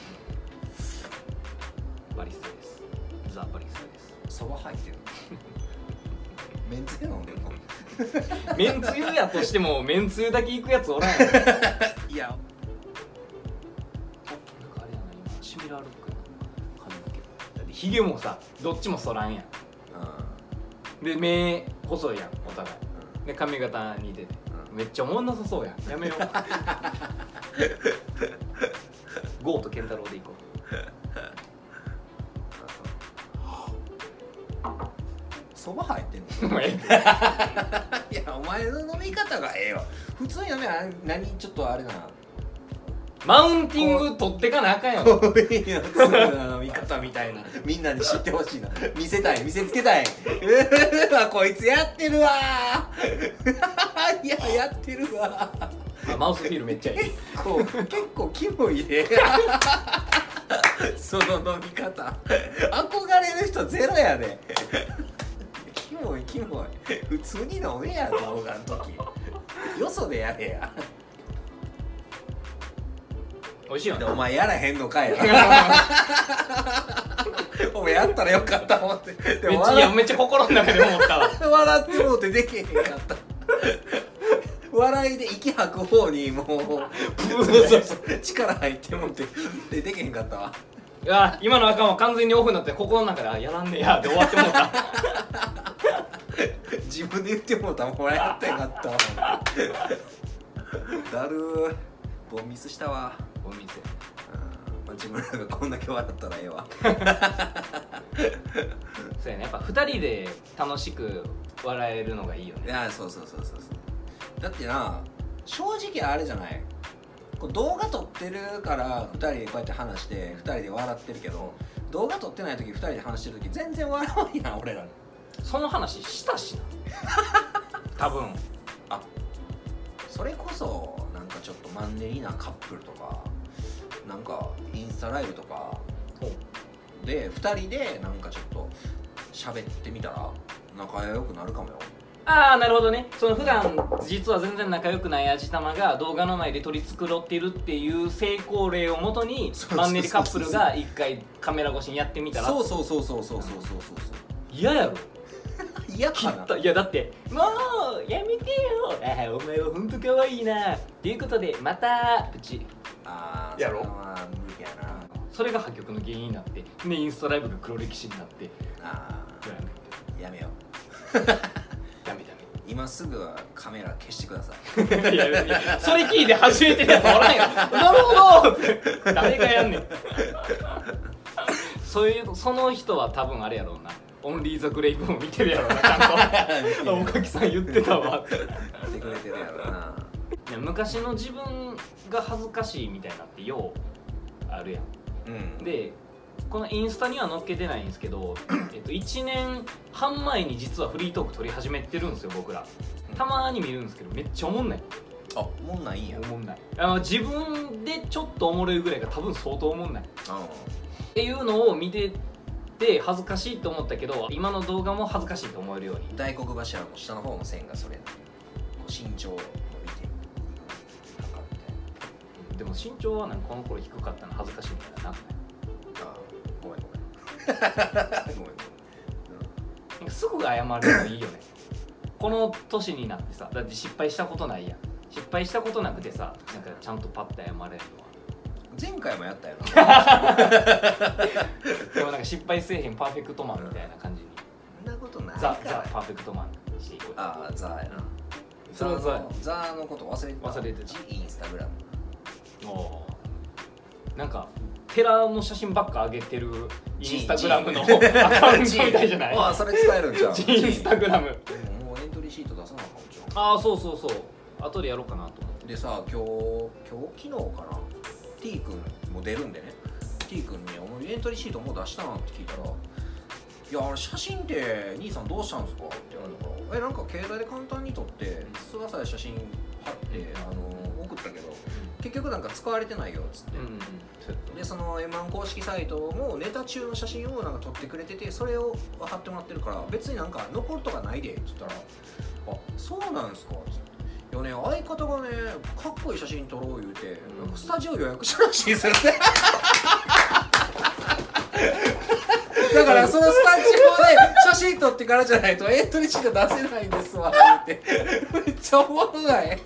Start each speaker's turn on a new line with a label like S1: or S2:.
S1: メンツで飲んでるかも
S2: めんつゆやとしてもめんつゆだけ行くやつおらんや
S1: い
S2: ん
S1: や
S2: あなんかあれやな今シミラーロックやな髪の毛だってヒゲもさどっちも剃らんやん
S1: うん
S2: で目細いやんお互いで髪型似ててめっちゃおもんなさそうやんやめようゴーとケンタロウで行こう
S1: そば入ってんの
S2: お前
S1: いやお前の飲み方がええわ普通に飲めば何ちょっと あれだな
S2: マウンティング取ってかなあかんやん
S1: コーヒーの粒の飲み方みたいなみんなに知ってほしいな見せたい見せつけたい うわこいつやってるわ いややってるわ
S2: あマウスフィールめっちゃいい
S1: 結構結構キモいねその飲み方憧れる人ゼロやでキモいキモい普通に飲めや動画の時よそでやれや
S2: 美味しいよ
S1: で
S2: ね
S1: お前やらへんのかい お前やったらよかった思ってで
S2: めっ
S1: も
S2: ちゃいや
S1: 笑
S2: めっちゃ心の中で思ったわ
S1: 笑ってもうてできへんかった笑いで息吐く方に もう
S2: そうそうそ
S1: 力入ってもうてでできへんかったわ
S2: いや今のあかんは完全にオフになって心の中であやらんね やで終わってもうた
S1: 自分で言ってもうたもらえってなかったわだるーボンミスしたわ
S2: お店
S1: うんまあ自分らがこんだけ笑ったらええわ
S2: そうやねやっぱ2人で楽しく笑えるのがいいよ
S1: い
S2: ね
S1: やそうそうそうそうそうだってな正直あれじゃないこう動画撮ってるから2人でこうやって話して2人で笑ってるけど動画撮ってない時2人で話してる時全然笑わんやん俺ら
S2: その話した しな多分
S1: それこそなんかちょっとマンネリなカップルとかなんかインスタライブとかで2人でなんかちょっと喋ってみたら仲良くなるかもよ
S2: ああなるほどねその普段実は全然仲良くない味玉が動画の前で取り繕っているっていう成功例をもとに
S1: そうそうそう
S2: マンネリカップルが一回カメラ越しにやってみたら
S1: そうそうそうそうそうそうそうそうそ
S2: 嫌やろ
S1: う嫌
S2: 切
S1: かな
S2: ったいやだって「もうやめてよああお前はほんとかわいいな」っていうことでまたプチ
S1: あー
S2: やろ
S1: それは無理やな
S2: それが破局の原因になってねインスタライブが黒歴史になって
S1: あ
S2: ぐらいの
S1: ーやめよう
S2: ダメダメ
S1: 今すぐカメラ消してください
S2: いやいやそれ聞いて初めてのやつおらんよなるほどって誰がやんねんそういうその人は多分あれやろうなオンリー・ザ・グレイブも見てるやろうなちゃんと おかきさん言ってたわって
S1: 言ってくれてるやろない
S2: や昔の自分が恥ずかしいみたいなってようあるやん
S1: うん
S2: でこのインスタには載っけてないんですけ ど、えっと、1年半前に実はフリートーク撮り始めてるんですよ僕らたまに見るんですけどめっちゃおもんない
S1: あもんないんや
S2: おもんないあの自分でちょっとおもろいぐらいが多分相当おもんないっ
S1: あ
S2: ていうのを見てて恥ずかしいと思ったけど今の動画も恥ずかしいと思えるように
S1: 大黒柱の下の方の線がそれなこう身長を伸びて測って
S2: でも身長はなんかこの頃低かったの恥ずかしいみたいなな
S1: あーごめんごめんごめんごめん
S2: なんかすぐ謝るのいいよねこの年になってさだって失敗したことないやん失敗したことなくてさなんかちゃんとパッと謝れるのは
S1: 前回もやったよな
S2: でもなんか失敗せえへんパーフェクトマンみたいな感じに
S1: そんなことない
S2: ザ・
S1: か
S2: ザ・
S1: ら
S2: パーフェクトマンにしていこう
S1: ああザやな
S2: それはザ
S1: のザのこと忘れてた
S2: 忘れてた
S1: インスタグラム
S2: おーなんか寺の写真ばっか上げてるインスタグラムのア
S1: ジ
S2: カウントみたいじゃない
S1: ああそれ伝えるん じゃん
S2: ジインスタグラム
S1: でももうエントリーシート出さなあかんじゃん
S2: ああそうそうそう後でやろうかなと思って
S1: でさ今日今日昨日かな T 君も出るんでね T 君に「お前エントリーシートもう出したな」って聞いたら「いやあれ写真って兄さんどうしたんですか?」って言われたから「えなんか携帯で簡単に撮って質がさえ写真貼ってあの送ったけど結局なんか使われてないよ」っつって
S2: う。ん
S1: でその M1 公式サイトもネタ中の写真をなんか撮ってくれててそれを貼ってもらってるから別になんか残るとかないでって言ったら「あそうなんですか」っつって。いやね、相方がねかっこいい写真撮ろう言うて、
S2: ん
S1: なんかスタジオ予約したらしいですよねだからそのスタジオで写シートってからじゃないとエントリーシート出せないんですわってめっちゃおもろない